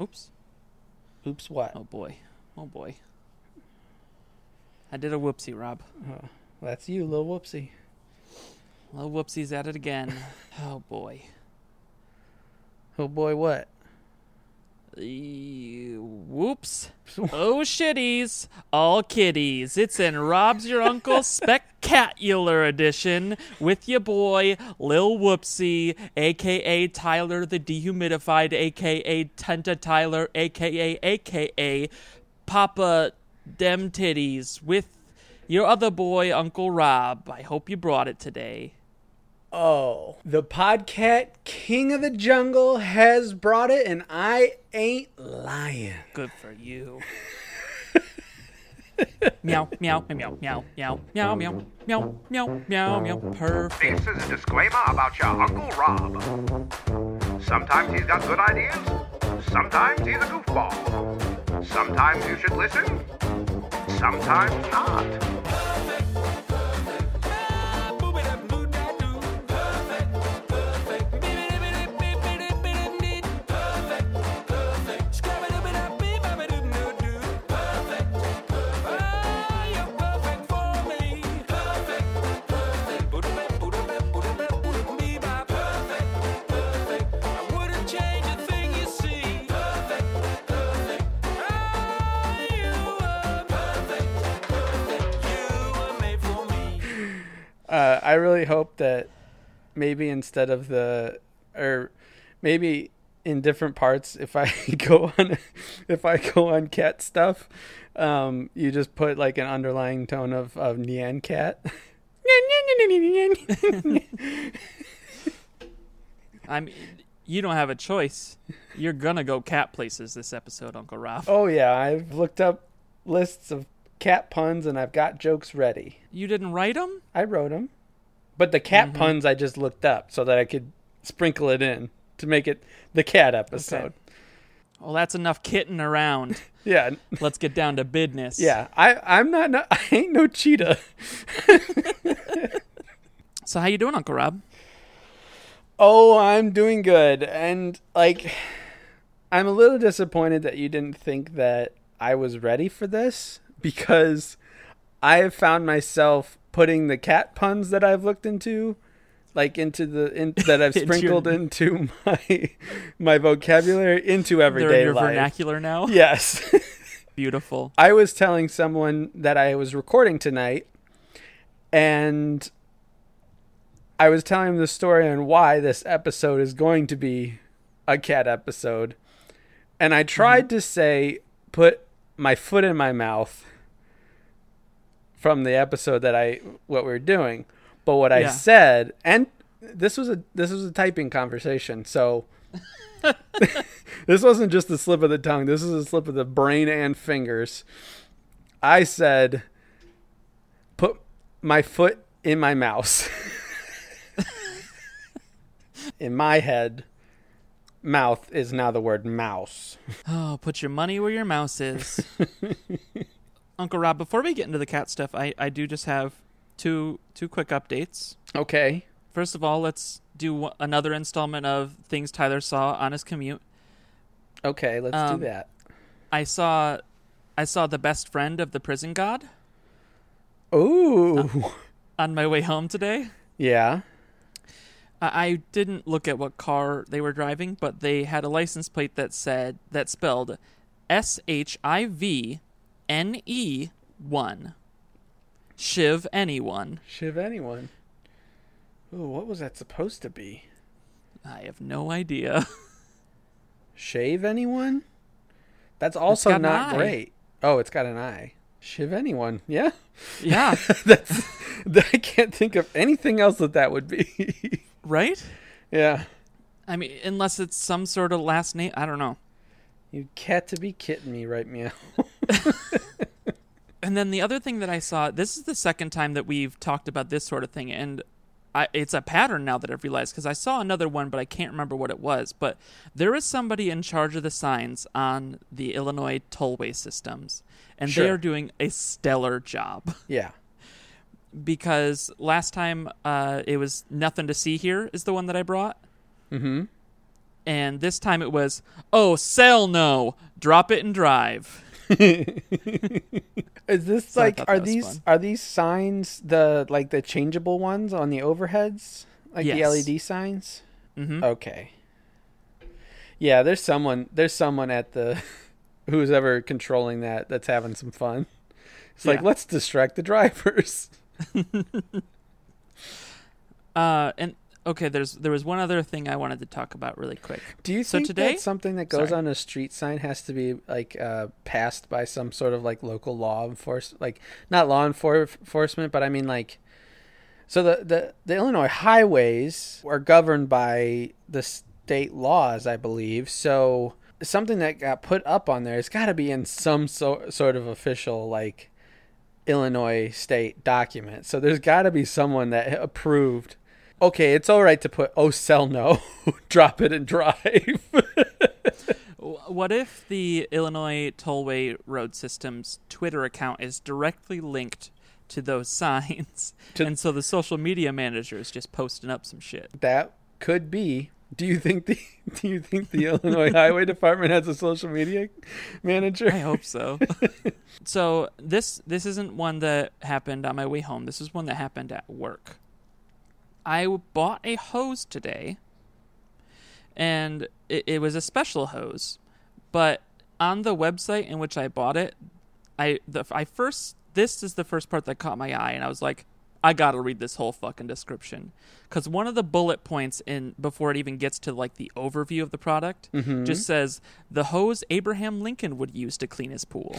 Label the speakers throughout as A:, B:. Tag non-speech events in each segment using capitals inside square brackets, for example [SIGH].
A: Oops.
B: Oops, what?
A: Oh boy. Oh boy. I did a whoopsie, Rob.
B: Oh, that's you, little whoopsie.
A: Well, whoopsie's at it again. oh boy.
B: Oh boy, what?
A: E- whoops. oh shitties. All kitties. It's in Rob's Your Uncle Spectacular Edition with your boy Lil Whoopsie, aka Tyler the Dehumidified, aka Tenta Tyler, aka aka Papa Dem Titties with your other boy, Uncle Rob. I hope you brought it today.
B: Oh, the podcat king of the jungle has brought it, and I ain't lying.
A: Good for you. [LAUGHS] meow, meow, meow, meow, meow, meow, meow, meow, meow, meow, meow. Perfect.
C: This is a disclaimer about your Uncle Rob. Sometimes he's got good ideas, sometimes he's a goofball. Sometimes you should listen, sometimes not.
B: Uh, I really hope that maybe instead of the, or maybe in different parts, if I [LAUGHS] go on, if I go on cat stuff, um, you just put like an underlying tone of of Nyan [LAUGHS] cat.
A: I'm. You don't have a choice. You're gonna go cat places this episode, Uncle Rob.
B: oh yeah, I've looked up lists of cat puns and I've got jokes ready.
A: You didn't write them?
B: I wrote them, but the cat puns I just looked up so that I could sprinkle it in to make it the cat episode.
A: Well, that's enough kitten
B: [LAUGHS]
A: around.
B: Yeah,
A: Let's get down to business.
B: yeah. I I'm not, no- [LAUGHS] I ain't no cheetah.
A: So how you doing, Uncle Rob?
B: Oh, I'm doing good, and like, I'm a little disappointed that you didn't think that I was ready for this because I have found myself putting the cat puns that I've looked into, like into the in, that I've
A: [LAUGHS] Into your-
B: sprinkled into my my vocabulary into
A: They're
B: everyday
A: in your
B: life.
A: vernacular now.
B: Yes. [LAUGHS]
A: Beautiful.
B: I was telling someone that I was recording tonight, and I was telling them the story on why this episode is going to be a cat episode. And I tried to say, put my foot in my mouth from the episode that I, what we are doing. But what I
A: Yeah.
B: said, and this was a, this was a typing conversation. So this wasn't just a slip of the tongue. This is a slip of the brain and fingers. I said, put my foot in my mouse. [LAUGHS] in my head, mouth is now the word mouse.
A: Oh, put your money where your mouse
B: [LAUGHS]
A: is. Uncle Rob, before we get into the cat stuff, I, I do just have two two quick updates.
B: Okay.
A: First of all, let's do one- another installment of things Tyler saw on his commute.
B: Okay, let's
A: Um,
B: do that.
A: I saw I saw the best friend of the prison god
B: Ooh.
A: uh, on my way home today.
B: [LAUGHS] yeah.
A: I, I didn't look at what car they were driving, but they had a license plate that said that spelled S H I V N E one. Shiv anyone.
B: Shiv anyone. Ooh, what was that supposed to be?
A: I have no idea.
B: Shave anyone? That's also
A: got an
B: not
A: eye.
B: great. Oh, it's got an eye. Shiv anyone. Yeah. [LAUGHS]
A: yeah,
B: That's [LAUGHS] I can't think of anything else that that would be.
A: [LAUGHS]
B: [LAUGHS]
A: right?
B: yeah.
A: I mean, unless it's some sort of last name. I don't know.
B: You cat to be kidding me right meow. [LAUGHS]
A: And then the other thing that I saw, this is the second time that we've talked about this sort of thing, and I, it's a pattern now that I've realized because I saw another one, but I can't remember what it was. But there is somebody in charge of the signs on the Illinois tollway systems, and they
B: Sure.
A: are doing a stellar job
B: yeah.
A: because last time uh, it was nothing to see here is the one that I brought. Mm-hmm. and this time it was, oh, sell no, drop it and drive.
B: [LAUGHS] Is this
A: I
B: like
A: thought
B: are
A: that was
B: these
A: fun.
B: are these signs the like the changeable ones on the overheads? Like
A: Yes.
B: the LED signs? Mm-hmm. Okay. Yeah, there's someone there's someone at the [LAUGHS] who's ever controlling that that's having some fun. It's like
A: Yeah.
B: let's distract the drivers.
A: Uh, and okay, there's there was one other thing I wanted to talk about really quick.
B: Do you
A: So
B: think
A: today-
B: that something that goes
A: Sorry.
B: on a street sign has to be like uh, passed by some sort of like local law enforcement, like not law enfor- enforcement, but I mean like, so the, the the Illinois highways are governed by the state laws, I believe. So something that got put up on there has got to be in some so- sort of official like Illinois state document. So there's got to be someone that approved. Okay, it's all right to put oh sell no, [LAUGHS] drop it and drive.
A: W- What if the Illinois Tollway Road System's Twitter account is directly linked to those [LAUGHS] signs,
B: To-
A: and so the social media manager is just posting up some shit?
B: that could be. Do you think the [LAUGHS] Do you think the [LAUGHS] Illinois Highway Department has a social media manager?
A: I hope so. [LAUGHS] so this this isn't one that happened on my way home. This is one that happened at work. I w- bought a hose today, and it, it was a special hose. But on the website in which I bought it, I the I first this is the first part that caught my eye, and I was like, I gotta read this whole fucking description because one of the bullet points in before it even gets to like the overview of the product just says the hose Abraham Lincoln would use to clean his pool.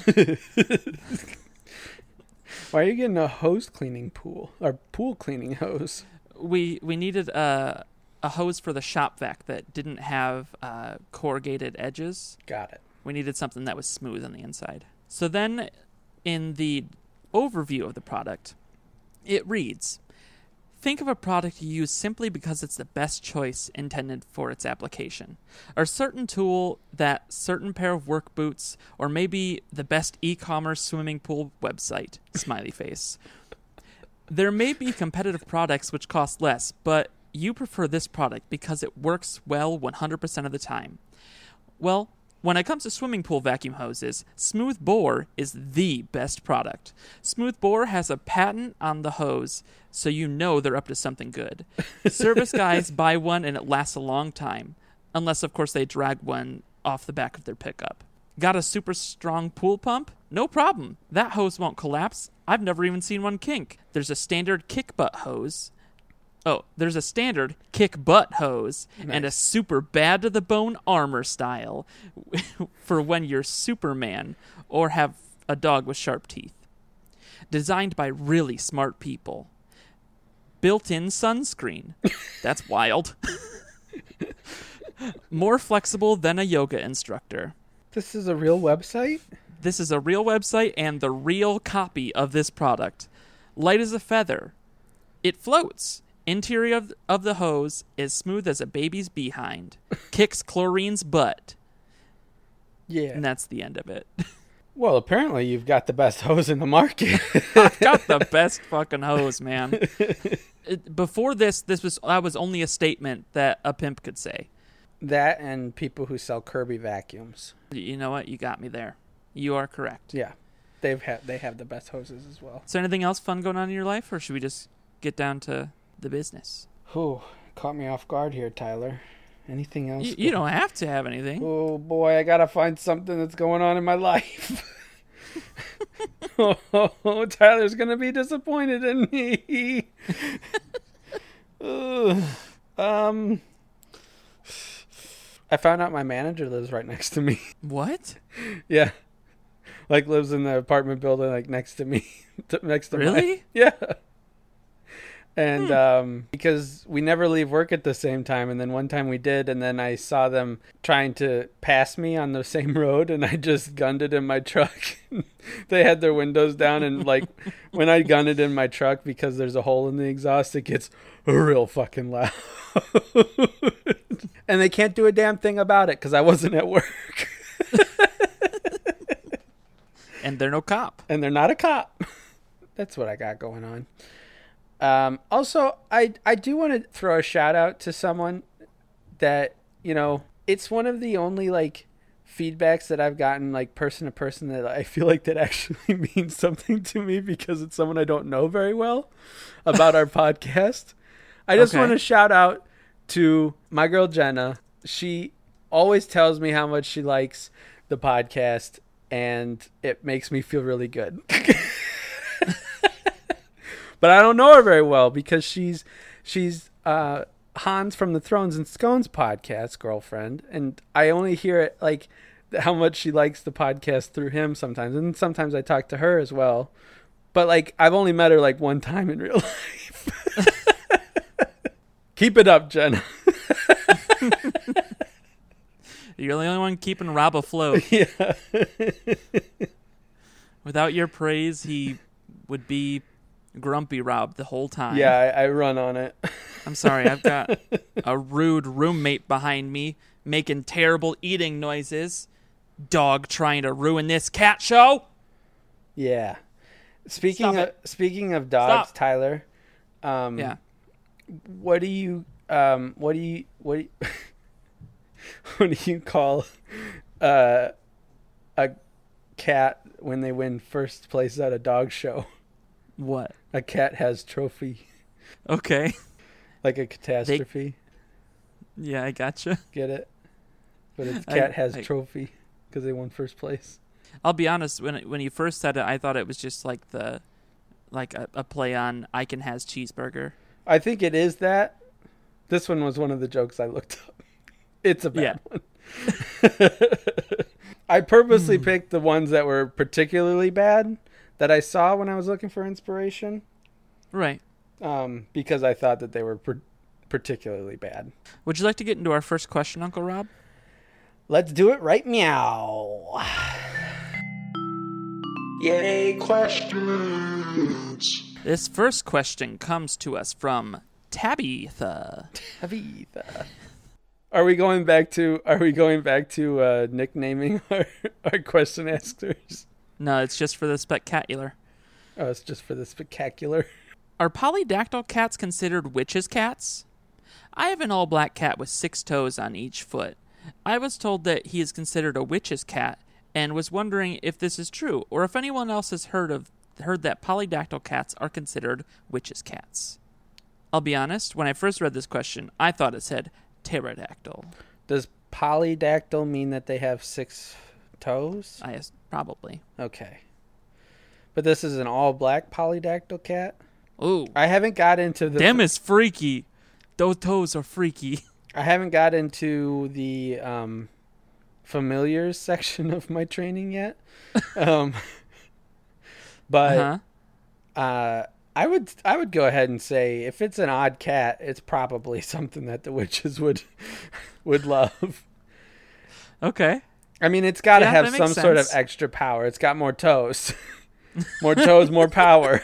B: Why are you getting a hose cleaning pool or pool cleaning hose?
A: we we needed a a hose for the shop vac that didn't have uh, corrugated edges.
B: Got it.
A: We needed something that was smooth on the inside. So then, in the overview of the product, it reads Think of a product you use simply because it's the best choice intended for its application. A certain tool, that certain pair of work boots, or maybe the best e commerce swimming pool website. Smiley face. There may be competitive products which cost less, but you prefer this product because it works well 100% of the time. Well, when it comes to swimming pool vacuum hoses, Smooth Bore is the best product. Smooth Bore has a patent on the hose, so you know they're up to something good. Service guys buy one and it lasts a long time, unless, of course, they drag one off the back of their pickup. Got a super strong pool pump? No problem. That hose won't collapse. I've never even seen one kink. There's a standard kick butt hose. Oh, there's a standard kick butt hose and a super bad to the bone armor style [LAUGHS] for when you're Superman or have a dog with sharp teeth. Designed by really smart people. Built in sunscreen. That's wild. [LAUGHS] More flexible than a yoga instructor.
B: This is a real website.
A: This is a real website and the real copy of this product. Light as a feather. It floats. Interior of, of the hose is smooth as a baby's behind. Kicks chlorine's butt.
B: Yeah.
A: And that's the end of it. [LAUGHS]
B: Well, apparently you've got the best [LAUGHS] hose in the market.
A: Got the best fucking hose, man. It- Before this, this was that was only a statement that a pimp could say.
B: that and people who sell Kirby vacuums.
A: You know what? You got me there. You are correct.
B: Yeah. They've had they have the best hoses as well.
A: Is there anything else fun going on in your life, or should we just get down to the business?
B: Whew, caught me off guard here, Tyler. Anything else?
A: You, you don't have to have anything.
B: Oh boy, I gotta find something that's going on in my life. [LAUGHS] oh, Tyler's gonna be disappointed in me. [LAUGHS] Ugh. um, I found out my manager lives right next to me. [LAUGHS]
A: What?
B: yeah, like lives in the apartment building, like next to me, [LAUGHS] to- next to mine.
A: Really?
B: Yeah. And um, because we never leave work at the same time, and then one time we did, and then I saw them trying to pass me on the [LAUGHS] same road, and I just gunned it in my truck. [LAUGHS] they had their windows down, and like when I gunned it in my truck because there's a hole in the exhaust, it gets real fucking loud. [LAUGHS] and they can't do a damn thing about it because I wasn't at work,
A: And they're no cop.
B: and they're not a cop. [LAUGHS] That's what I got going on. Um, also, I I do want to throw a shout out to someone that you know it's one of the only like feedbacks that I've gotten like person to person that I feel like that [LAUGHS] actually means something to me because it's someone I don't know very well about our podcast. I just
A: Okay.
B: want to shout out to my girl Jenna. She always tells me how much she likes the podcast and it makes me feel really good. [LAUGHS] but I don't know her very well because she's she's uh, Hans from the Thrones and Scones podcast girlfriend, and I only hear it like how much she likes the podcast through him sometimes, and sometimes I talk to her as well. But like I've only met her like one time in real [LAUGHS] life. Keep it up, Jenna. [LAUGHS]
A: You're the only one keeping Rob afloat.
B: [LAUGHS] yeah,
A: Without your praise, he would be grumpy Rob the whole time.
B: yeah, I, I run on it.
A: I'm sorry, I've got a rude roommate behind me making terrible eating noises. Dog trying to ruin this cat show.
B: Yeah. Speaking
A: Stop
B: of, speaking of dogs,
A: Stop.
B: Tyler. Um,
A: Yeah.
B: what do you um what do you what do you, [LAUGHS] what do you call uh a cat when they win first place at a dog show
A: What?
B: a cat has trophy
A: Okay. [LAUGHS]
B: like a catastrophe
A: Yeah, I gotcha.
B: get it but it's
A: I-
B: cat has
A: I-
B: trophy because they won first place
A: I'll be honest. When when you first said it, I thought it was just like the, like a, a play on I can has cheeseburger.
B: i think it is that this one was one of the jokes i looked up [LAUGHS] it's a bad
A: Yeah.
B: one I purposely picked the ones that were particularly bad that I saw when I was looking for inspiration,
A: Right.
B: um, because I thought that they were par- particularly bad.
A: Would you like to get into our first question, Uncle Rob?
B: Let's do it right, meow.
D: Yay, questions.
A: This first question comes to us from Tabitha.
B: Tabitha. Are we going back to? Are we going back to uh, nicknaming [LAUGHS] our, our question askers?
A: No, it's just for the spectacular.
B: Oh, it's just for the spectacular.
A: Are polydactyl cats considered witches' cats? I have an all black cat with six toes on each foot. I was told that he is considered a witch's cat and was wondering if this is true or if anyone else has heard of heard that polydactyl cats are considered witches' cats. I'll be honest, when I first read this question, I thought it said pterodactyl.
B: Does polydactyl mean that they have six toes?
A: I as- probably.
B: Okay. But this is an all-black polydactyl cat.
A: Ooh,
B: I haven't got into the
A: them is freaky. Those toes are freaky.
B: I haven't got into the um, familiars [LAUGHS] section of my
A: [LAUGHS]
B: training yet. um, but
A: Huh?
B: uh, I would I would go ahead and say if it's an odd cat, it's probably [LAUGHS] something that the witches would [LAUGHS] would love.
A: Okay.
B: I mean, it's got to
A: Yeah,
B: have
A: that
B: some
A: makes
B: sort of
A: sense.
B: extra power. It's got more toes, [LAUGHS] more toes,
A: [LAUGHS]
B: more power.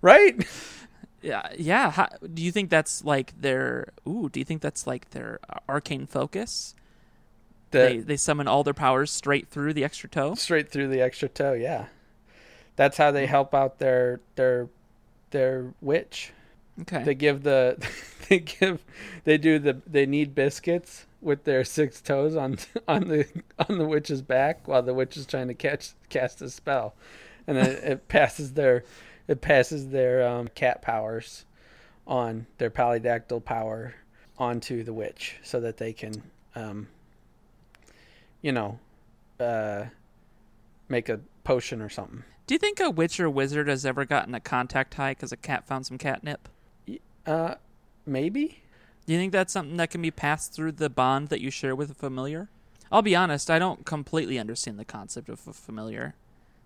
B: right?
A: Yeah, yeah. How, do you think that's like their? Ooh, do you think that's like their uh, arcane focus?
B: The-
A: They they summon all their powers straight through the extra toe.
B: straight through the extra toe. Yeah, that's how they help out their their their witch.
A: Okay.
B: They give the [LAUGHS] they give they do the they need biscuits with their six toes on [LAUGHS] on the on the witch's back while the witch is trying to catch cast a spell, and then it passes their it passes their um, cat powers on their polydactyl power onto the witch so that they can um, you know uh, make a potion or something.
A: do you think a witch or wizard has ever gotten a contact high because a cat found some catnip?
B: Uh, maybe.
A: Do you think that's something that can be passed through the bond that you share with a familiar? I'll be honest, I don't completely understand the concept of a familiar.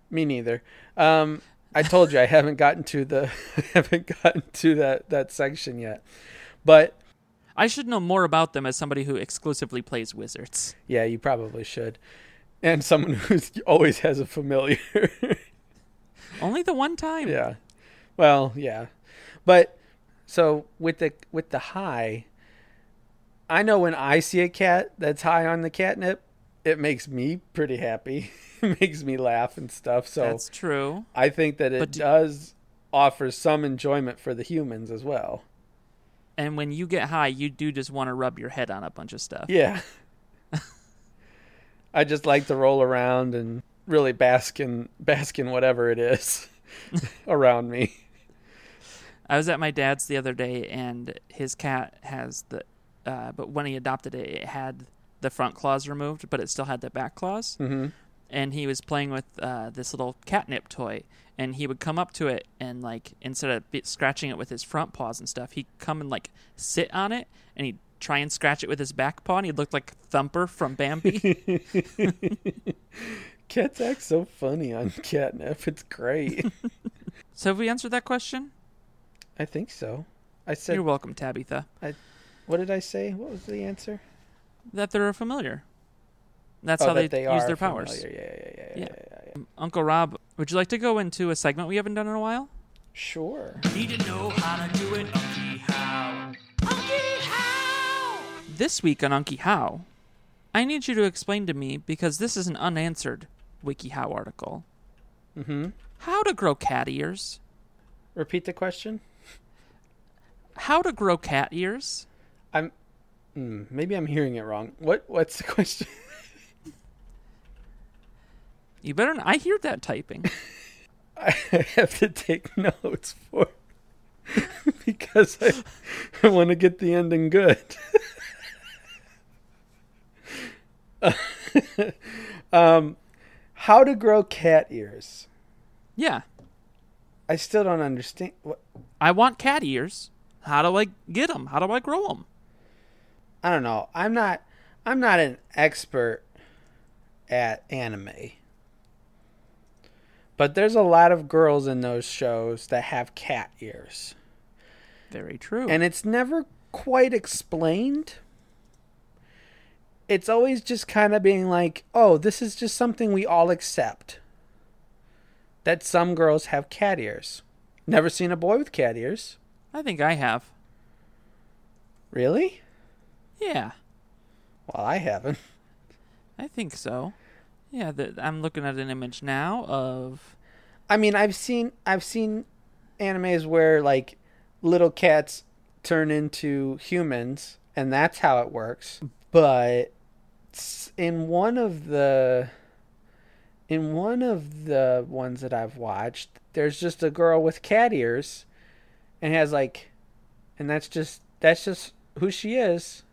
B: Me neither. Um, I told you I haven't gotten to the [LAUGHS] I haven't gotten to that that section yet. But
A: I should know more about them as somebody who exclusively plays wizards.
B: yeah, you probably should. And someone [LAUGHS] who always has a familiar. [LAUGHS]
A: Only the one time.
B: yeah. Well, yeah. But so with the with the high, I know when I see a cat that's high on the catnip, it makes me pretty happy. [LAUGHS] it makes me laugh and stuff. So
A: That's true.
B: I think that it
A: But do-
B: does offer some enjoyment for the humans as well.
A: and when you get high, you do just want to rub your head on a bunch of stuff.
B: Yeah. [LAUGHS] I just like to roll around and really bask in bask in whatever it is [LAUGHS] around me.
A: I was at my dad's the other day, and his cat has the, uh, but when he adopted it, it had the front claws removed, but it still had the back claws. Mm-hmm. And he was playing with uh, this little catnip toy, and he would come up to it and like instead of be- scratching it with his front paws and stuff, he'd come and like sit on it, and he'd try and scratch it with his back paw, and he looked like Thumper from
B: [LAUGHS]
A: Bambi.
B: Cats act so funny on catnip.
A: [LAUGHS]
B: It's great.
A: so have we answered that question?
B: I think so. I said,
A: You're welcome, Tabitha.
B: I, what did I say? What was the answer?
A: That they're familiar. That's how
B: Oh, that
A: they, use
B: are
A: their powers.
B: familiar. Yeah, yeah, yeah, yeah,
A: Yeah.
B: yeah, yeah, yeah.
A: Um, Uncle Rob, would you like to go into a segment we haven't done in a while?
B: Sure.
A: Need to know how to do it, Unky How. This week on Unky How, I need you to explain to me, because this is an unanswered WikiHow article,
B: Mm-hmm.
A: how to grow cat ears.
B: Repeat the question.
A: How to grow cat ears?
B: I'm. Mm, maybe I'm hearing it wrong. What? What's the [LAUGHS] question?
A: You better. Not, I hear that
B: [LAUGHS]
A: typing.
B: I have to take [LAUGHS] notes for because I, I want to get the ending good. [LAUGHS] um, how to grow cat ears?
A: yeah,
B: I still don't understand. What,
A: I want cat ears. How do I get them? How do I grow them?
B: I don't know. I'm not. I'm not an expert at anime, but there's a lot of girls in those shows that have cat ears.
A: Very true.
B: and it's never quite explained. It's always just kind of being like, "Oh, this is just something we all accept." That some girls have cat ears. Never seen a boy with cat ears.
A: I think I have.
B: Really?
A: Yeah,
B: Well, I haven't. [LAUGHS]
A: I think so. Yeah, the, I'm looking at an image now of
B: I mean, I've seen I've seen animes where like little cats turn into humans, and that's how it works. But s- in one of the in one of the ones that I've watched, there's just a girl with cat ears, and has like, and that's just that's just who she is.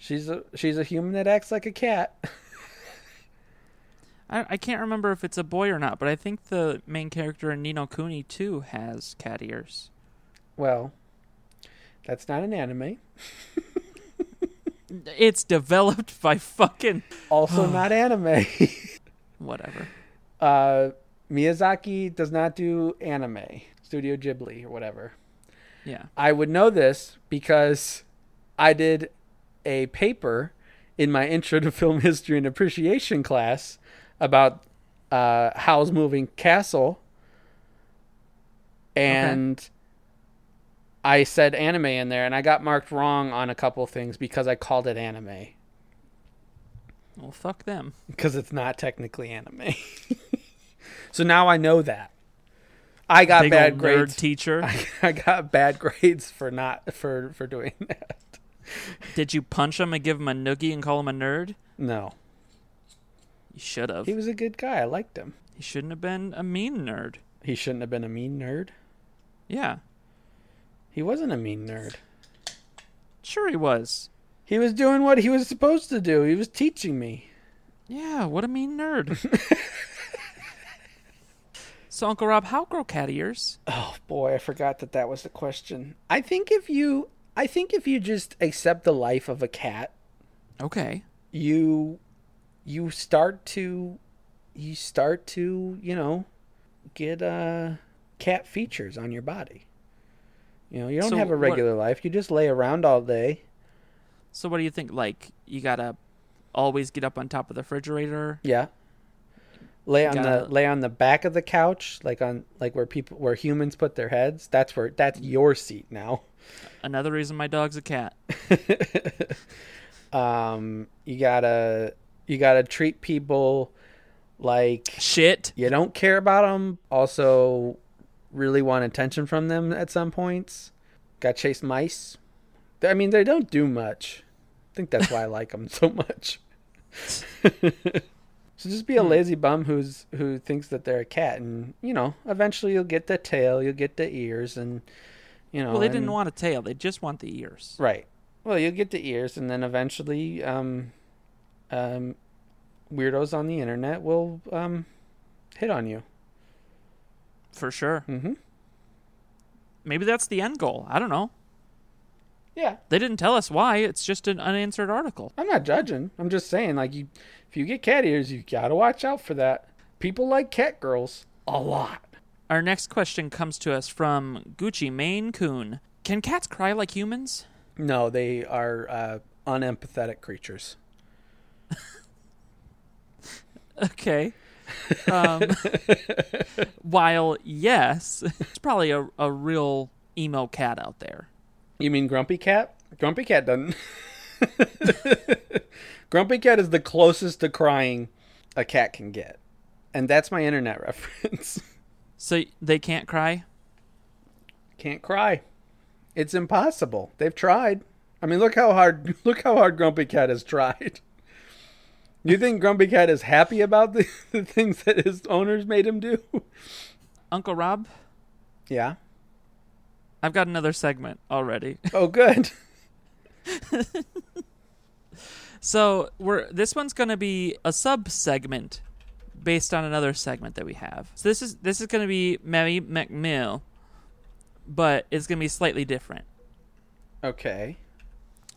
B: She's a she's a human that acts like a cat. [LAUGHS]
A: I, I can't remember if it's a boy or not, but I think the main character in Nino Cooney too has cat ears.
B: well, that's not an anime.
A: It's developed [LAUGHS] by fucking
B: Also not anime. [LAUGHS]
A: whatever.
B: uh, Miyazaki does not do anime, Studio Ghibli or whatever.
A: Yeah.
B: I would know this because I did a paper in my [LAUGHS] intro to film history and appreciation class about uh, Howl's Moving Castle, and I said anime in there, and I got marked wrong on a couple things because I called it anime
A: Well, fuck them.
B: because it's not technically anime. [LAUGHS] so now I know that. I got
A: Big
B: bad
A: old
B: grades.
A: nerd teacher.
B: [LAUGHS] I got bad grades for not for for doing [LAUGHS] that.
A: Did you punch him and give him a noogie and call him a nerd?
B: No,
A: You should have.
B: he
A: He
B: was a good guy. I liked him.
A: shouldn't have been a mean nerd.
B: He shouldn't have been a mean nerd.
A: Yeah.
B: He wasn't a mean nerd.
A: Sure he was.
B: He was doing what he was supposed to do. He was teaching me.
A: Yeah, what a mean
B: [LAUGHS]
A: nerd. so Uncle Rob, how grow cat ears?
B: Oh boy, I forgot that that was the question. I think if you, I think if you just accept the life of a cat,
A: Okay.
B: you you start to you start to you know get uh cat features on your body you know you don't
A: So
B: have a
A: what-
B: regular life you just lay around all day
A: So what do you think? Like you gotta always get up on top of the refrigerator.
B: yeah lay on the
A: Gotta-
B: lay on the back of the couch like on like where people where humans put their heads that's where that's your seat now
A: Another reason my dog's a cat.
B: um you gotta you gotta treat people like
A: Shit.
B: you don't care about them. Also, really want attention from them at some points. Got chased mice. I mean, they don't do much. I think that's why I like them [LAUGHS] so much. so just be
A: Hmm.
B: a lazy bum who's who thinks that they're a cat, and you know, eventually you'll get the tail, you'll get the ears, and you know.
A: Well, they didn't
B: and-
A: want a tail; they just want the ears.
B: Right. Well, you'll get the ears, and then eventually, um, um, weirdos on the internet will um, hit on you.
A: For sure.
B: Mhm.
A: Maybe that's the end goal. I don't know.
B: Yeah,
A: They didn't tell us why. It's just an unanswered article.
B: I'm not judging. I'm just saying, like, you, if you get cat ears, you gotta watch out for that. People like cat girls a lot.
A: Our next question comes to us from Gucci Maine Coon. Can cats cry like humans? [LAUGHS]
B: No, they are uh, unempathetic creatures.
A: Okay. Um, while yes, [LAUGHS] it's probably a, a real emo cat out there.
B: You mean Grumpy Cat? Grumpy Cat doesn't. [LAUGHS] grumpy Cat is the closest to crying a cat can get, and that's my internet [LAUGHS] reference.
A: So they can't cry?
B: can't cry. It's impossible. They've tried. I mean, look how hard [LAUGHS] look how hard Grumpy Cat has tried. You think Grumpy Cat is happy about the, [LAUGHS] the things that his owners made him do?
A: Uncle Rob,
B: Yeah.
A: I've got another segment already.
B: Oh, good. [LAUGHS]
A: So we're this one's going to be a sub segment based on another segment that we have. So this is this is going to be Mary McMill, but it's going to be slightly different.
B: Okay.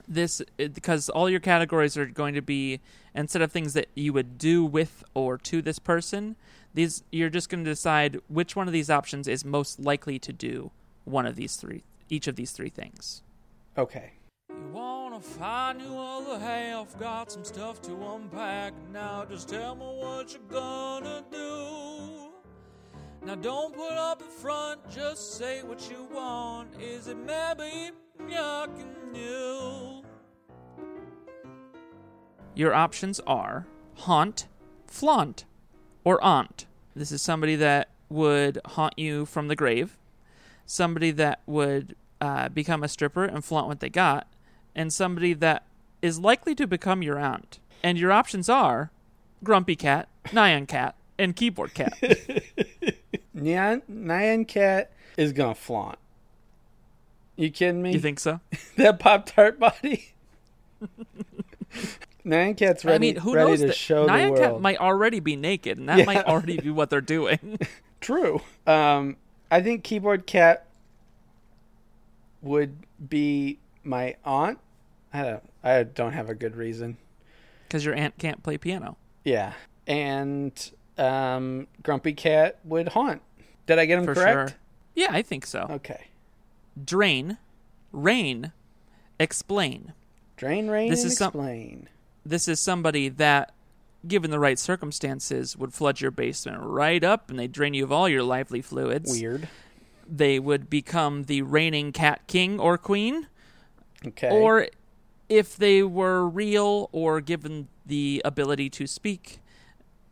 A: This it- because all your categories are going to be instead of things that you would do with or to this person, these you're just going to decide which one of these options is most likely to do one of these three each of these three things.
B: Okay.
A: You wanna find your other half? Got some stuff to unpack. Now just tell me what you're gonna do. Now don't put up a front, just say what you want. Is it maybe yucking you? Your options are haunt, flaunt, or aunt. This is somebody that would haunt you from the grave somebody that would uh, become a stripper and flaunt what they got, and somebody that is likely to become your aunt. And your options are Grumpy Cat, Nyan Cat, and Keyboard Cat.
B: [LAUGHS] Nyan, Nyan Cat is gonna flaunt. You kidding me?
A: you think so?
B: that Pop Tart body? [LAUGHS] Nyan Cat's ready.
A: I mean, who
B: ready
A: knows?
B: to
A: that
B: show the
A: Nyan
B: world.
A: Cat might already be naked, and that
B: Yeah.
A: might already be what they're
B: [LAUGHS]
A: doing.
B: True. Um, I think Keyboard Cat would be my aunt. I don't. I don't have a good reason.
A: Because your aunt can't play piano.
B: Yeah, and um, Grumpy Cat would haunt. Did I get him
A: For
B: correct?
A: sure. Yeah, I think so.
B: Okay.
A: Drain, rain, explain.
B: Drain, rain,
A: This
B: and
A: is some-
B: explain.
A: this is somebody that given the right circumstances would flood your basement right up and they drain you of all your lively fluids
B: Weird.
A: they would become the reigning cat king or queen
B: Okay.
A: or if they were real or given the ability to speak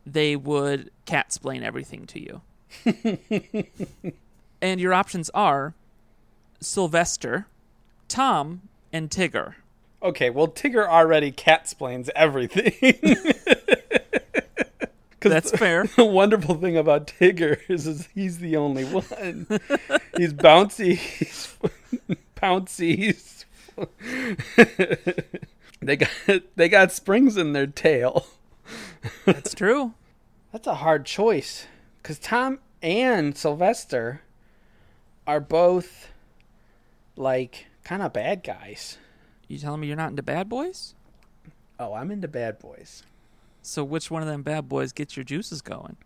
A: they would cat explain everything to you and your options are sylvester tom and tigger
B: okay. Well, Tigger already cat explains everything. [LAUGHS]
A: that's fair
B: the wonderful thing about Tigger [LAUGHS] is, is he's the only one. he's bouncy. He's bouncy. He's [LAUGHS] they got they got springs in their tail.
A: that's true
B: That's a hard choice because Tom and Sylvester are both like kind of bad guys.
A: You telling me you're not into bad boys?
B: Oh, I'm into bad boys.
A: So which one of them bad boys gets your juices going?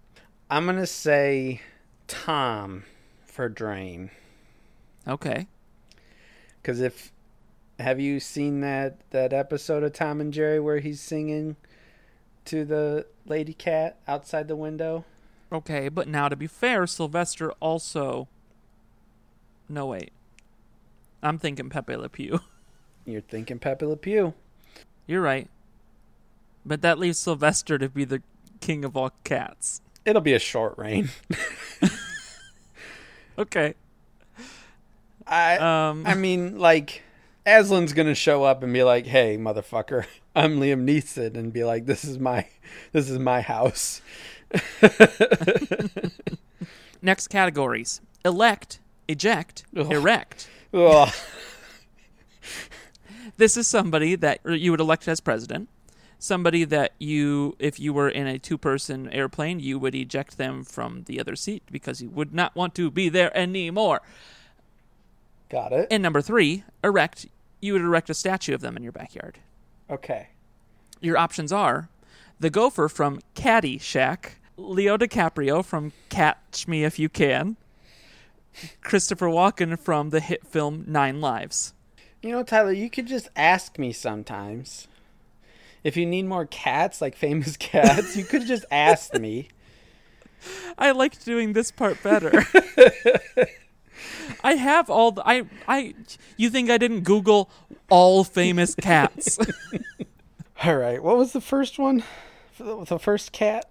B: I'm gonna say Tom for Drain.
A: Okay.
B: Because if have you seen that that episode of Tom and Jerry where he's singing to the lady cat outside the window?
A: Okay, but now to be fair, Sylvester also No wait. I'm thinking Pepe Le Pew. [LAUGHS]
B: You're thinking Pepe Le Pew.
A: you're right. But that leaves Sylvester to be the king of all cats.
B: It'll be a short [LAUGHS] reign.
A: Okay.
B: I
A: Um
B: I mean like Aslan's gonna show up and be like, "Hey, motherfucker, [LAUGHS] I'm Liam Neeson," and be like, "This is my, this is my house."
A: [LAUGHS]
B: [LAUGHS]
A: Next categories elect, eject, erect.
B: Ugh.
A: This is somebody that you would elect as president. Somebody that you, if you were in a two person airplane, you would eject them from the other seat because you would not want to be there anymore.
B: Got it.
A: And number three, erect. You would erect a statue of them in your backyard.
B: Okay.
A: Your options are the gopher from Caddyshack, Leo DiCaprio from Catch Me If You Can, Christopher Walken from the hit film Nine Lives.
B: You know, Tyler, you could just ask me sometimes. If you need more cats, like famous [LAUGHS] cats, you could just ask me.
A: I liked doing this part better. I have all the I I you think I didn't Google all famous cats.
B: [LAUGHS] All right. What was the first one? For The the first cat?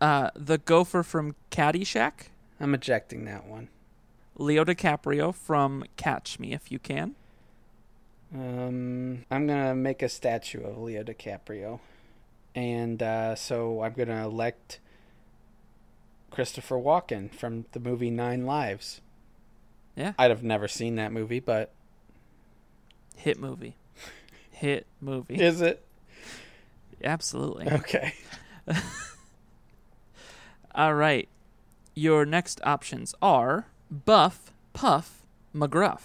A: uh the gopher from Caddyshack,
B: I'm ejecting that one.
A: Leo DiCaprio from Catch Me If You Can,
B: Um, I'm gonna make a statue of Leo DiCaprio, and uh, so I'm gonna elect Christopher Walken from the movie Nine Lives.
A: Yeah.
B: I'd have never seen that movie, but
A: hit movie. Hit movie.
B: is it [LAUGHS]
A: Absolutely.
B: okay?
A: All right. Your next options are Buff, Puff, McGruff.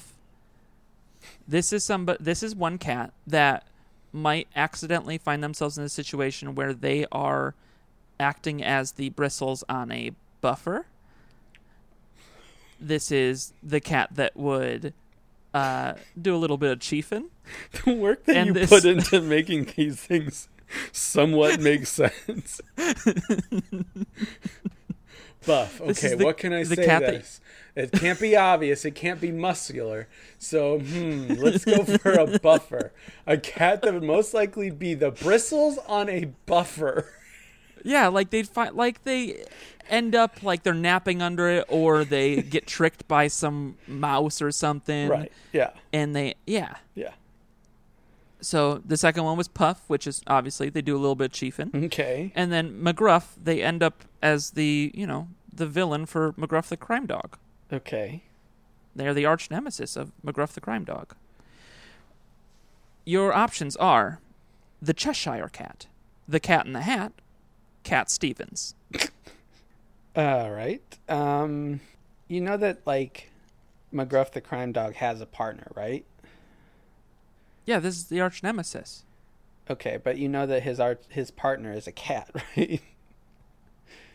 A: This is some this is one cat that might accidentally find themselves in a situation where they are acting as the bristles on a buffer. This is the cat that would uh, do a little bit of chiefing.
B: The work that
A: And
B: you
A: this-
B: put into making these things
A: [LAUGHS]
B: somewhat makes sense. Buff.
A: This
B: Okay,
A: is the-
B: what can I
A: the
B: say?
A: cat that-
B: this? It can't be obvious. It can't be muscular. So, hmm, let's go
A: [LAUGHS]
B: for a buffer. A cat that would most likely be the bristles on a buffer.
A: [LAUGHS] Yeah, like they'd find like they end up like they're napping under it or they get tricked by some mouse or something.
B: Yeah.
A: And they yeah.
B: Yeah.
A: So the second one was Puff, which is obviously they do a little bit of chiefing.
B: Mm-hmm. Okay.
A: And then McGruff, they end up as the, you know, the villain for McGruff the crime dog.
B: Okay.
A: They are the arch nemesis of McGruff the crime dog. Your options are the Cheshire cat, the cat in the hat, Cat Stevens.
B: All right. Um, you know that like McGruff the crime dog has a partner, right?
A: Yeah, this is the arch nemesis.
B: Okay, but you know that his art, his partner is a cat, [LAUGHS] right?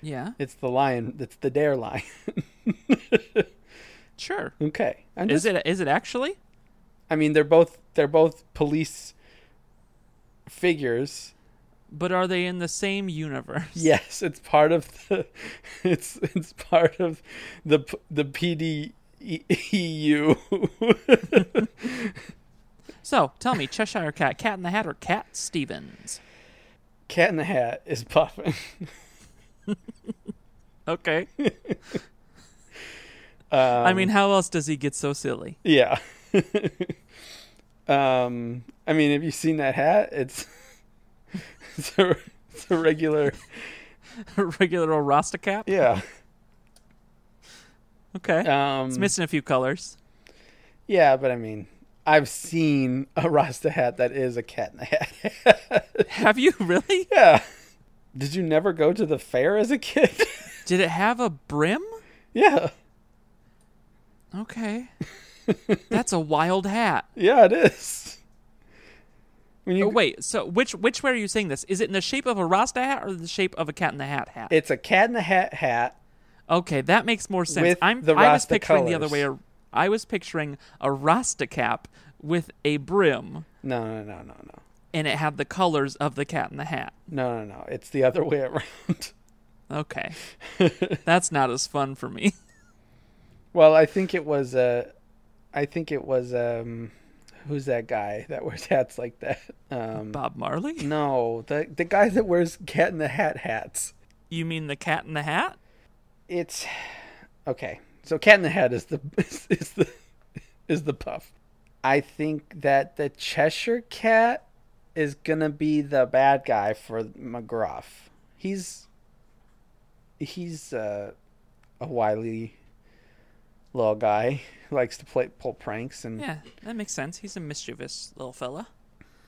A: Yeah,
B: It's the lion. It's the dare lion. [LAUGHS]
A: sure.
B: okay, I'm
A: Is
B: just.
A: it is it actually?
B: I mean, they're both they're both police figures. [LAUGHS]
A: But are they in the same universe? [LAUGHS]
B: Yes, it's part of the. [LAUGHS] It's it's part of the p- E the PD. EU.
A: So tell me, Cheshire Cat, Cat in the Hat, or Cat Stevens?
B: [LAUGHS] Cat in the Hat is puffing.
A: Okay.
B: Um,
A: [LAUGHS] I mean, how else does he get so silly?
B: [LAUGHS]
A: [LAUGHS]
B: yeah. [LAUGHS] um, I mean, have you seen that hat? It's [LAUGHS] it's a, it's a regular.
A: Regular old Rasta Cap.
B: Yeah.
A: Okay.
B: [LAUGHS] Um,
A: it's missing a few colors.
B: Yeah, but I mean, I've seen a [LAUGHS] Rasta hat that is a cat in the hat. [LAUGHS]
A: Have you [LAUGHS] really?
B: yeah. Did you never go to the fair as a kid? [LAUGHS]
A: Did it have a brim?
B: yeah.
A: Okay. That's a wild
B: [LAUGHS]
A: hat.
B: Yeah, it is. When you
A: Oh, wait. So which which way are you saying this? Is it in the shape of a Rasta hat or the shape of a Cat in the Hat hat?
B: it's a cat in the hat hat.
A: Okay, that makes more sense.
B: With
A: I'm
B: the
A: I was
B: Rasta
A: picturing the other
B: colours.
A: way. ar- I was picturing a Rasta cap with a brim,
B: No, no, no, no, no.
A: and it had the colors of the Cat in the Hat.
B: No, no, no. It's the other [LAUGHS] way around. [LAUGHS]
A: Okay, that's not as fun for me.
B: well, I think it was uh, I think it was um who's that guy that wears hats like that? Um
A: Bob Marley?
B: no, the the guy that wears cat in the hat hats.
A: You mean the Cat in the Hat?
B: it's [LAUGHS] okay. So Cat in the Hat is the is, the is the puff. I think that the Cheshire Cat is gonna be the bad guy for McGruff. He's he's uh, a wily little guy. [LAUGHS] Likes to play pull pranks and
A: Yeah, that makes sense. He's a mischievous little
B: [LAUGHS]
A: fella.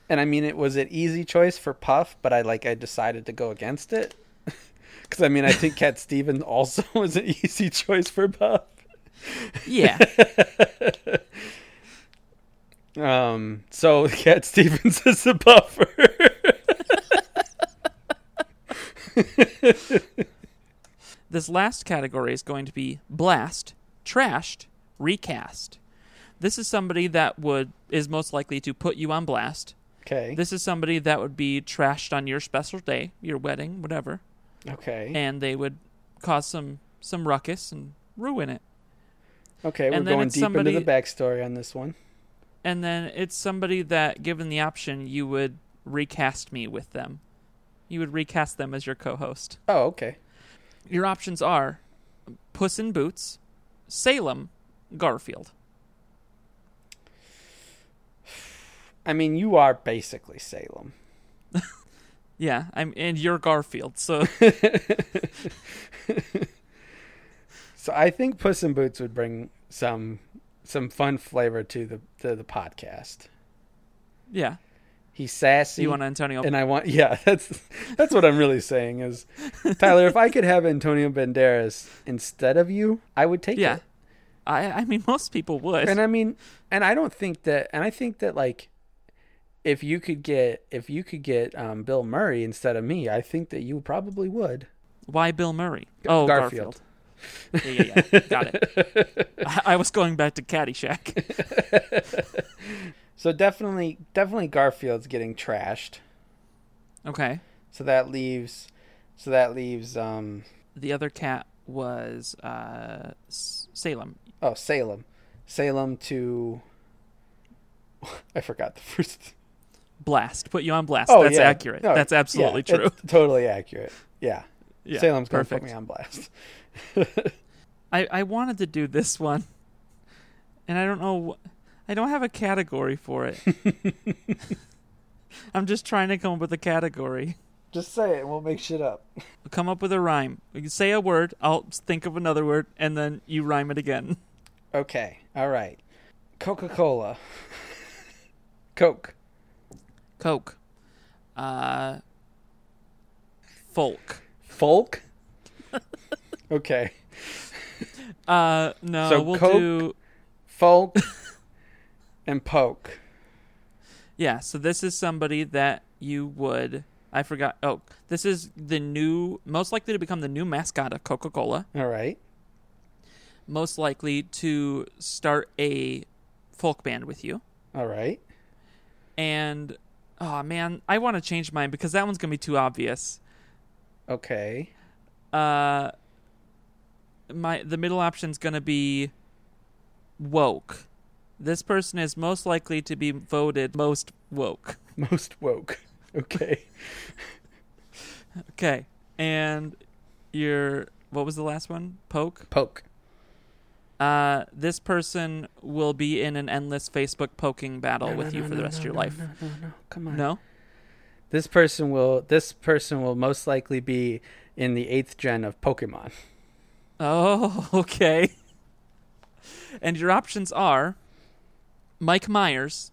B: and I mean it was an easy choice for Puff, but I like I decided to go against it [LAUGHS] because I mean I think Cat Stevens also [LAUGHS] was an easy choice for Puff.
A: Yeah.
B: Um, so [LAUGHS] Cat Stevens is the buffer.
A: This last category is going to be blast, trashed, recast. This is somebody that would is most likely to put you on blast.
B: okay.
A: This is somebody that would be trashed on your special day, your wedding, whatever,
B: okay.
A: and they would cause some some ruckus and ruin it.
B: okay. We're
A: and then
B: going
A: it's
B: deep
A: somebody-
B: into the backstory on this one.
A: And then it's somebody that given the option you would recast me with them. You would recast them as your co-host.
B: Oh, okay.
A: Your options are Puss in Boots, Salem, Garfield.
B: I mean, you are basically Salem.
A: Yeah, I'm and you're Garfield, so [LAUGHS]
B: So I think Puss in Boots would bring some some fun flavor to the to the podcast.
A: yeah.
B: He's sassy.
A: Do you want Antonio?
B: and I want [LAUGHS] yeah, that's that's what I'm really saying is Tyler, if I could have Antonio Banderas instead of you, I would take
A: yeah.
B: it.
A: I I mean most people would.
B: [LAUGHS] And I mean and I don't think that and I think that like if you could get if you could get um, Bill Murray instead of me, I think that you probably would.
A: Why Bill Murray? Oh,
B: Garfield.
A: Garfield.
B: [LAUGHS]
A: Yeah, yeah, yeah. Got it. I, I was going back to
B: [LAUGHS]
A: Caddyshack.
B: So definitely definitely Garfield's getting trashed.
A: Okay.
B: So that leaves so that leaves um
A: The other cat was uh, S- Salem.
B: oh Salem. Salem to [LAUGHS] I forgot the first
A: Blast. Put you on blast.
B: Oh,
A: That's
B: yeah.
A: accurate.
B: No,
A: That's absolutely
B: yeah,
A: true. [LAUGHS]
B: it's totally accurate. Yeah.
A: Yeah,
B: Salem's going to put
A: perfect.
B: me on blast. [LAUGHS]
A: I, I wanted to do this one, and I don't know. Wh- I don't have a category for it.
B: [LAUGHS]
A: I'm just trying to come up with a category.
B: Just say it. We'll make shit up.
A: Come up with a rhyme. You can say a word, I'll think of another word, and then you rhyme it again.
B: Okay. All right. Coca Cola. [LAUGHS] Coke.
A: Coke. Uh, folk.
B: [LAUGHS] Folk. okay.
A: Uh, no,
B: So
A: we'll
B: Coke-
A: do.
B: Folk and poke.
A: Yeah, so this is somebody that you would. I forgot. Oh, this is the new, most likely to become the new mascot of Coca Cola.
B: All right.
A: most likely to start a folk band with you.
B: All right.
A: And oh man, I want to change mine because that one's gonna be too obvious.
B: Okay.
A: Uh, my the middle option's gonna be woke. This person is most likely to be voted most woke.
B: Most woke. Okay.
A: Okay, and your what was the last one? Poke.
B: Poke.
A: Uh, this person will be in an endless Facebook poking battle with you for the rest of your life.
B: No, no, Oh, no. Come on.
A: No.
B: This person will this person will most likely be in the 8th gen of Pokemon.
A: Oh, [LAUGHS] okay. And your options are Mike Myers,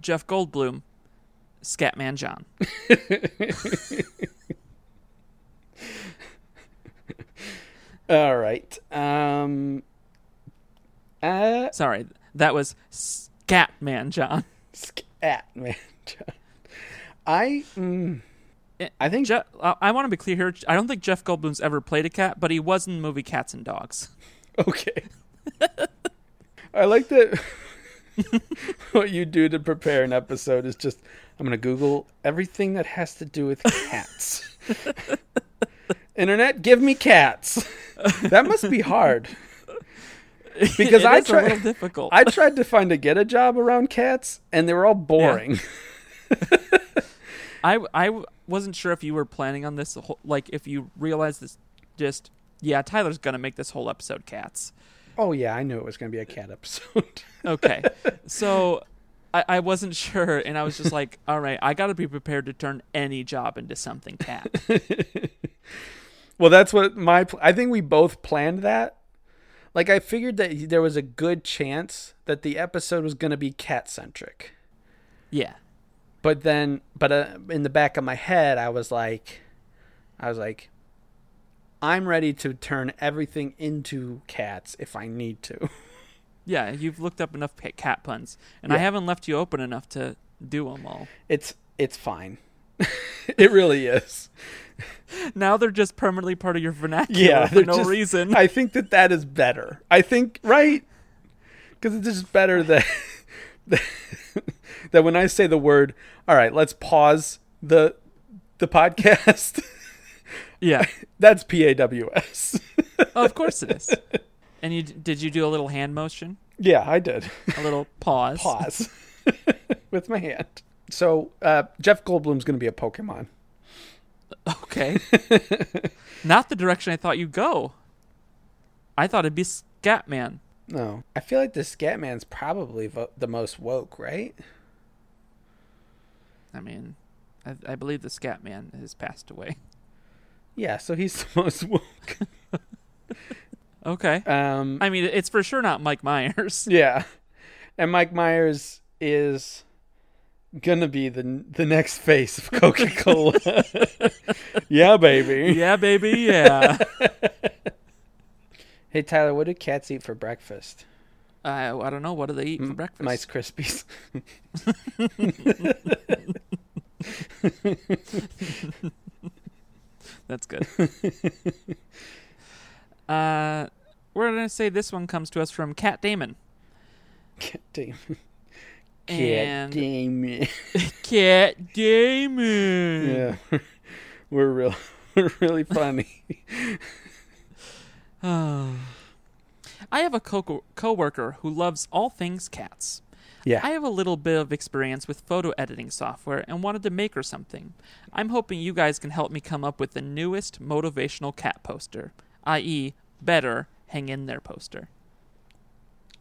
A: Jeff Goldblum, Scatman John.
B: All right. Um uh
A: Sorry, that was Scatman John. [LAUGHS]
B: scat man. [LAUGHS] I mm,
A: Eh,
B: I think
A: Je- I, I want to be clear here. I don't think Jeff Goldblum's ever played a cat, but he was in the movie Cats and Dogs.
B: okay. I like that [LAUGHS] what you do to prepare an episode is just I'm going to google everything that has to do with cats.
A: [LAUGHS]
B: Internet, give me cats. That must
A: [LAUGHS]
B: be hard. Because
A: It
B: I
A: is
B: try-
A: a little difficult.
B: I tried to find a get a job around cats and they were all boring. [LAUGHS]
A: I, I wasn't sure if you were planning on this, whole, like if you realized this, just yeah, Tyler's gonna make this whole episode cats.
B: oh yeah, I knew it was going to be a cat episode. [LAUGHS]
A: Okay. so I, I wasn't sure, and I was just like, [LAUGHS] all right, I got to be prepared to turn any job into something cat.
B: [LAUGHS] well, that's what my. Pl- I think we both planned that. Like I figured that there was a good chance that the episode was going to be cat centric.
A: Yeah.
B: but then but uh, in the back of my head i was like i was like i'm ready to turn everything into cats if i need to [LAUGHS]
A: Yeah. You've looked up enough ca- cat puns, and I
B: Yeah.
A: haven't left you open enough to do them all.
B: it's it's fine [LAUGHS] it really is
A: Now they're just permanently part of your vernacular
B: [LAUGHS] yeah
A: for
B: they're
A: no
B: just-
A: reason.
B: [LAUGHS] i think that that is better i think right because it's just better that [LAUGHS] that when i say the word all right let's pause the the podcast [LAUGHS]
A: yeah.
B: that's paws
A: Of course it is. And you d- did you do a little hand motion,
B: [LAUGHS] yeah i did [LAUGHS]
A: a little pause?
B: pause [LAUGHS] with my hand. So uh, Jeff Goldblum's going to be a Pokemon.
A: Okay. [LAUGHS] Not the direction I thought you'd go. I thought it'd be Scatman.
B: No, I feel like the Scatman's probably vo- the most woke, right?
A: I mean, I, I believe the Scatman has passed away.
B: Yeah, so he's [LAUGHS] the most woke.
A: Okay.
B: Um,
A: I mean, it's for sure not Mike Myers.
B: yeah, and Mike Myers is gonna be the the next face of Coca
A: [LAUGHS]
B: Cola. yeah, baby.
A: [LAUGHS] yeah, baby, yeah.
B: Hey Tyler, what do cats eat for breakfast?
A: [LAUGHS] I, I don't know. What do they eat for breakfast?
B: Mice Krispies. [LAUGHS]
A: That's [LAUGHS] good. uh, we're going to say this one comes to us from Cat Damon.
B: Cat Damon. Cat
A: And-
B: Damon.
A: Cat Damon.
B: Yeah, [LAUGHS] we're real, [LAUGHS] we're
A: [LAUGHS]
B: really funny.
A: Oh. I have a co- coworker who loves all things cats.
B: Yeah,
A: I have a little bit of experience with photo editing software and wanted to make her something. I'm hoping you guys can help me come up with the newest motivational cat poster, i.e., better hang in there poster.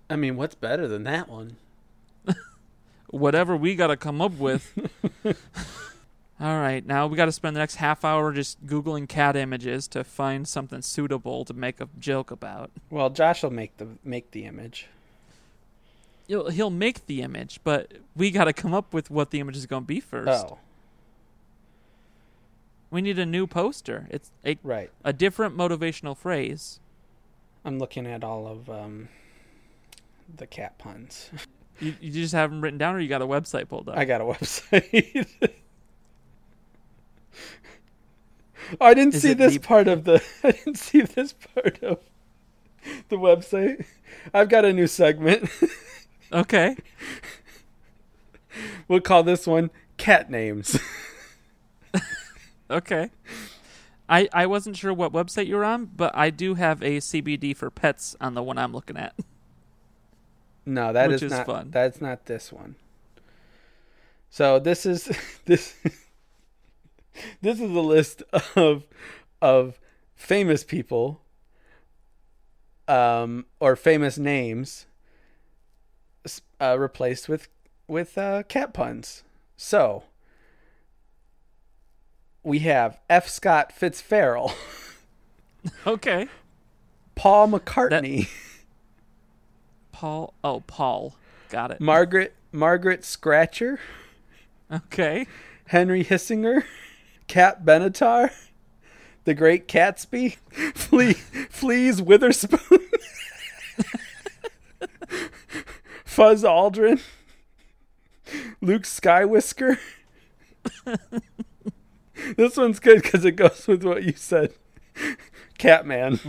B: I mean, what's better than that one?
A: Whatever we got to come up
B: [LAUGHS]
A: with. All right, now we got to spend the next half hour just Googling cat images to find something suitable to make a joke about.
B: Well, Josh will make the make the image.
A: He'll, he'll make the image, but we got to come up with what the image is going to be first.
B: Oh,
A: We need a new poster. It's a,
B: right.
A: a different motivational phrase.
B: I'm looking at all of um the cat puns.
A: You, you just have them written down, or you got a website pulled up.
B: I got a [LAUGHS] website. oh, I didn't
A: Is
B: see
A: it
B: this
A: the-
B: part of the. [LAUGHS] I didn't see this part of the website. I've got a new segment. [LAUGHS]
A: okay.
B: we'll call this one "Cat Names." [LAUGHS]
A: Okay. I I wasn't sure what website you were on, but I do have a CBD for pets on the one I'm looking at. [LAUGHS]
B: No, that
A: Which
B: is
A: is
B: not
A: fun.
B: that's not this one. So this is [LAUGHS] this this is a list of of famous people um or famous names s- uh, replaced with with uh, cat puns. So we have F. Scott Fitzgerald,
A: Okay.
B: [LAUGHS] Paul McCartney, [LAUGHS]
A: Paul. Oh, Paul. Got it.
B: Margaret Margaret Scratcher.
A: Okay.
B: Henry Hissinger, Cat Benatar, The Great Catsby, Flea, Fleas Witherspoon, Fuzz Aldrin, Luke Skywhisker. this one's good because it goes with what you said, Catman.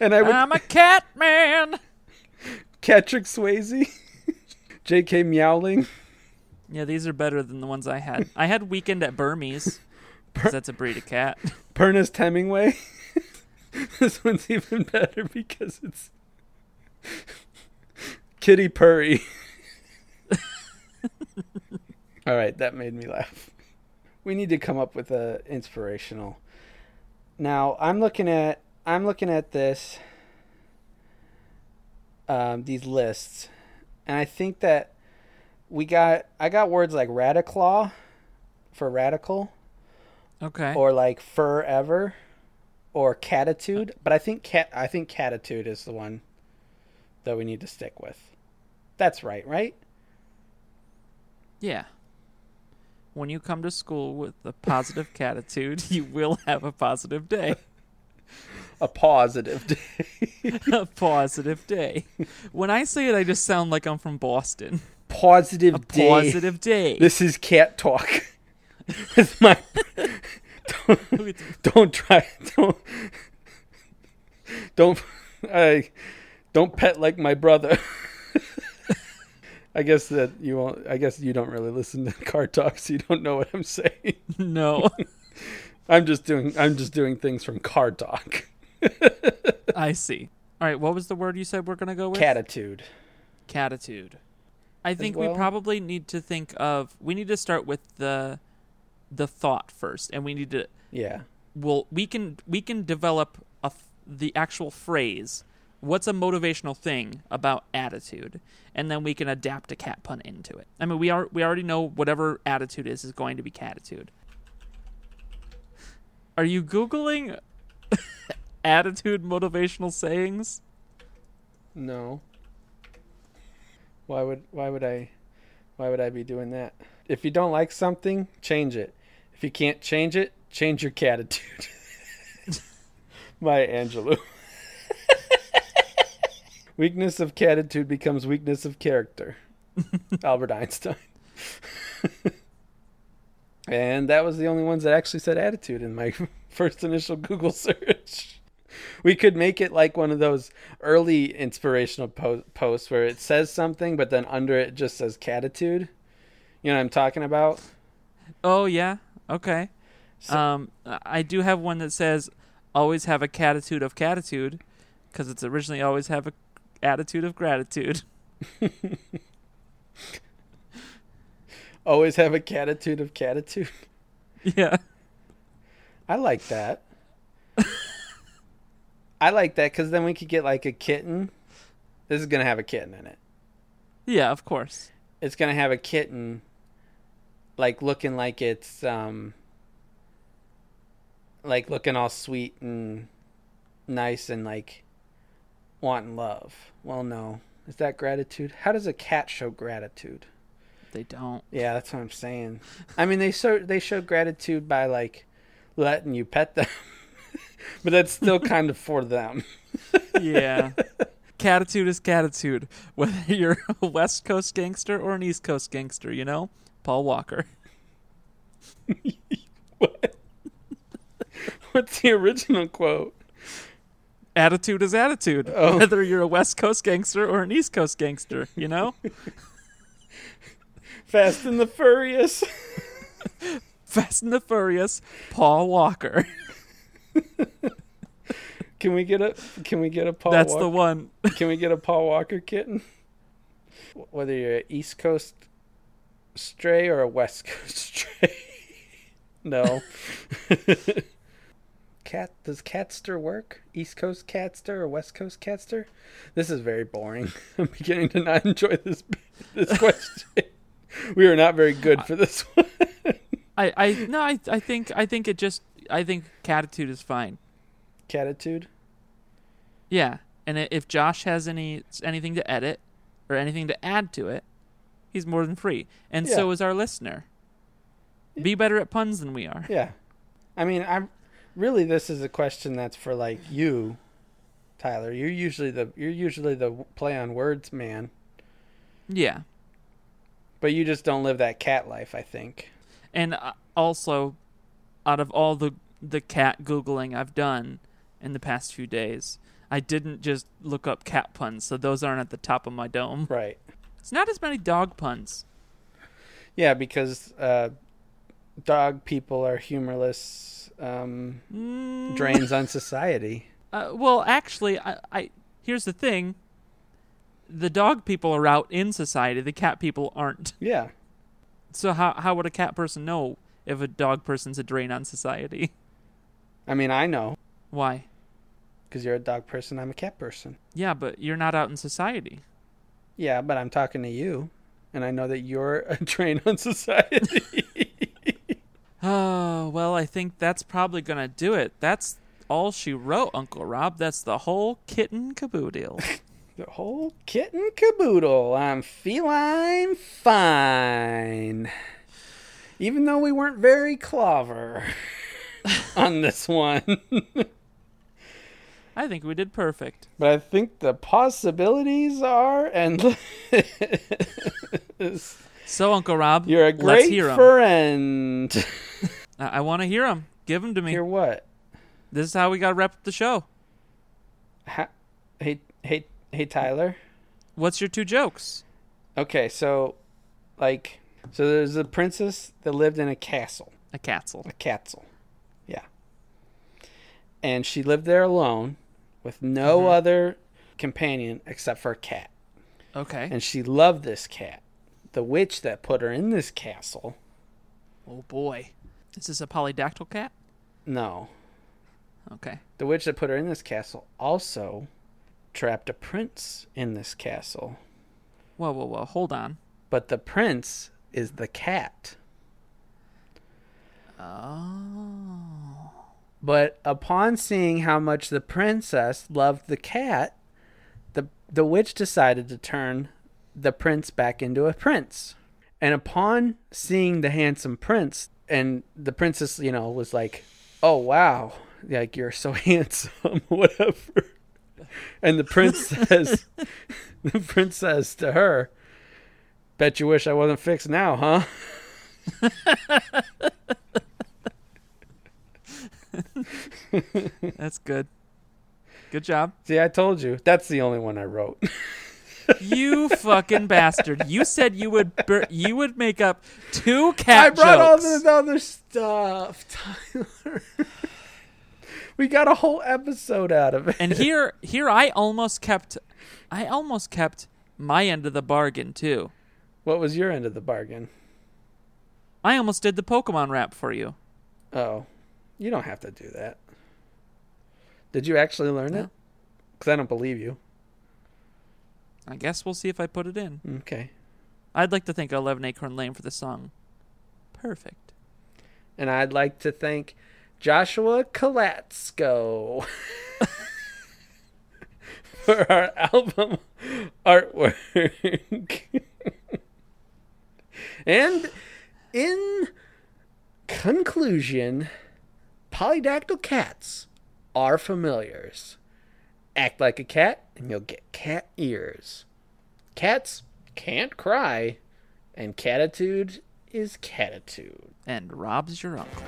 B: and I would
A: I'm a cat man.
B: Catrick Swayze, J.K. Meowling.
A: Yeah, these are better than the ones I had. I had weekend at Burmese. 'cause that's a breed of cat.
B: Ernest Hemingway. [LAUGHS] this one's even better because it's Kitty Purry. [LAUGHS] All right, that made me laugh. We need to come up with a inspirational. Now I'm looking at I'm looking at this, um, these lists, and I think that we got I got words like radiclaw for radical,
A: Okay.
B: or like forever, or catitude. But I think cat I think catitude is the one that we need to stick with. That's right, right?
A: yeah. When you come to school with a positive [LAUGHS] catitude, you will have a positive day.
B: A positive day.
A: a [LAUGHS] positive day. When I say it, I just sound like I'm from Boston.
B: [LAUGHS] positive day.
A: Positive day.
B: [LAUGHS] This is cat talk. [LAUGHS] With my don't, don't try don't don't I don't pet like my brother. I guess that you won't. I guess you don't really listen to car talk, so you don't know what I'm saying.
A: [LAUGHS] no, [LAUGHS]
B: I'm just doing. I'm just doing things from car talk.
A: I see. All right, what was the word you said we're going to go with?
B: Catitude.
A: Catitude. I think
B: well.
A: we probably need to think of we need to start with the the thought first and we need to
B: Yeah.
A: well we can we can develop a f- the actual phrase what's a motivational thing about attitude and then we can adapt a cat pun into it i mean we are we already know whatever attitude is is going to be catitude are you googling [LAUGHS] attitude motivational sayings
B: No. Why would why would I why would I be doing that? If you don't like something, change it. If you can't change it, change your [LAUGHS] catitude. My Angelou. [LAUGHS] weakness of catitude becomes weakness of character. Albert Einstein. [LAUGHS] and that was the only ones that actually said attitude in my [LAUGHS] first initial Google search. We could make it like one of those early inspirational po- posts where it says something, but then under it just says catitude. You know what I'm talking about?
A: oh yeah okay um i do have one that says always have a catitude of catitude because it's originally always have a attitude of gratitude [LAUGHS]
B: Always have a catitude of catitude. [LAUGHS]
A: yeah
B: I like that. I like that because then we could get like a kitten. This is gonna have a kitten in it.
A: Yeah, of course.
B: It's gonna have a kitten, like looking like it's um, like looking all sweet and nice and like wanting love. Well, no, is that gratitude? How does a cat show gratitude?
A: They don't.
B: Yeah, that's what I'm saying. I mean, they show they show gratitude by like letting you pet them, [LAUGHS] but
A: [LAUGHS]
B: that's still kind of for them. [LAUGHS]
A: Yeah. catitude is catitude, [LAUGHS] whether you're a West Coast gangster or an East Coast gangster, you know? Paul Walker.
B: What? What's the original quote?
A: Attitude is attitude,
B: Oh.
A: whether you're a West Coast gangster or an East Coast gangster, you [LAUGHS] know?
B: Fast and the Furious. [LAUGHS]
A: Fast and the Furious, Paul Walker.
B: Can we get a Can we get a Paul?
A: That's the
B: Walker,
A: one. [LAUGHS]
B: Can we get a Paul Walker kitten? Whether you're an East Coast stray or a West Coast [LAUGHS] stray. no. Cat does Catster work? East Coast Catster or West Coast Catster? This is very boring. [LAUGHS] I'm beginning to not enjoy this this question. we are not very good for this one.
A: I, I no, I I think I think it just I think catitude is fine.
B: Catitude.
A: Yeah, and i- if Josh has any anything to edit or anything to add to it, he's more than free, and so
B: Yeah.
A: is our listener. Be better at puns than we are.
B: Yeah. I mean, I'm really this is a question that's for like you, Tyler. You're usually the you're usually the play on words man,
A: Yeah,
B: but you just don't live that cat life, I think.
A: and uh, also, out of all the the cat googling I've done in the past few days, I didn't just look up cat puns, so those aren't at the top of my dome.
B: Right.
A: It's not as many dog puns.
B: Yeah, because uh dog people are humorless um drains on society.
A: Uh, well, actually, I, I here's the thing. The dog people are out in society. The cat people aren't.
B: [LAUGHS] Yeah.
A: So how how would a cat person know if a dog person's a drain on society?
B: I mean, I know
A: [LAUGHS] Why?
B: because you're a dog person. I'm a cat person.
A: Yeah, but you're not out in society. [SIGHS]
B: Yeah, but I'm talking to you, and I know that you're [LAUGHS] a drain on society. [LAUGHS]
A: Oh, well, I think that's probably going to do it. That's all she wrote, Uncle Rob. That's the whole kitten [LAUGHS] caboodle.
B: the whole kit and caboodle. I'm feline fine. Even though we weren't very clover [LAUGHS] on this one. [LAUGHS]
A: I think we did perfect.
B: But I think the possibilities are endless.
A: So, Uncle Rob,
B: [LAUGHS] You're a
A: let's
B: great
A: hear 'em.
B: friend. [LAUGHS]
A: I, I want to hear him. Give him to me.
B: You're what?
A: This is how we got to wrap up the show.
B: Ha- hey, hey, hey, Tyler.
A: What's your two jokes?
B: Okay, so, like, so there's a princess that lived in a castle.
A: A castle.
B: a castle. Yeah. And she lived there alone with no other companion except for a cat.
A: Okay.
B: And she loved this cat. The witch that put her in this castle.
A: Oh, boy. Is this a polydactyl cat?
B: No.
A: Okay.
B: The witch that put her in this castle also trapped a prince in this castle.
A: Whoa, whoa, whoa. Hold on.
B: But the prince is the cat.
A: Oh.
B: But upon seeing how much the princess loved the cat, the the witch decided to turn the prince back into a prince. And upon seeing the handsome prince, and the princess, you know, was like, "Oh wow, like you're so [LAUGHS] handsome, whatever." And the prince says, [LAUGHS] the prince says to her, "Bet you wish I wasn't fixed now, huh?" [LAUGHS]
A: That's good. Good job.
B: See, I told you. That's the only one I wrote.
A: You fucking bastard! You said you would bur- you would make up two cat
B: [LAUGHS] I brought
A: jokes.
B: all this other stuff, [LAUGHS] Tyler. we got a whole episode out of it.
A: and here here I almost kept I almost kept my end of the bargain too.
B: what was your end of the bargain?
A: I almost did the Pokemon rap for you.
B: Oh, you don't have to do that. Did you actually learn it? Because I don't believe you.
A: I guess we'll see if I put it in.
B: Okay.
A: I'd like to thank Eleven Acorn Lane for the song. Perfect.
B: And I'd like to thank Joshua Kalatsko [LAUGHS] for our album artwork. [LAUGHS] and in conclusion, polydactyl cats are familiars. Act like a cat, and you'll get cat ears. Cats can't cry, and catitude is catitude.
A: And Rob's your uncle.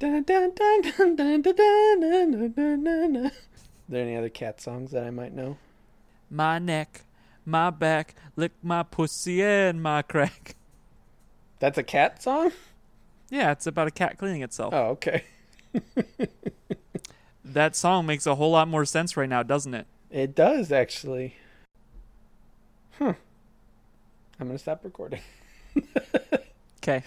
B: Dun, dun, dun, dun, dun, dun, dun, dun, dun, dun, dun, dun. Are there any other cat songs that I might know?
A: My neck, my back, lick my pussy and my crack. [LAUGHS]
B: That's a cat song?
A: Yeah, it's about a cat cleaning itself.
B: Oh, okay.
A: That song makes a whole lot more sense right now, doesn't it?
B: It does actually. Huh. I'm gonna stop recording.
A: Okay.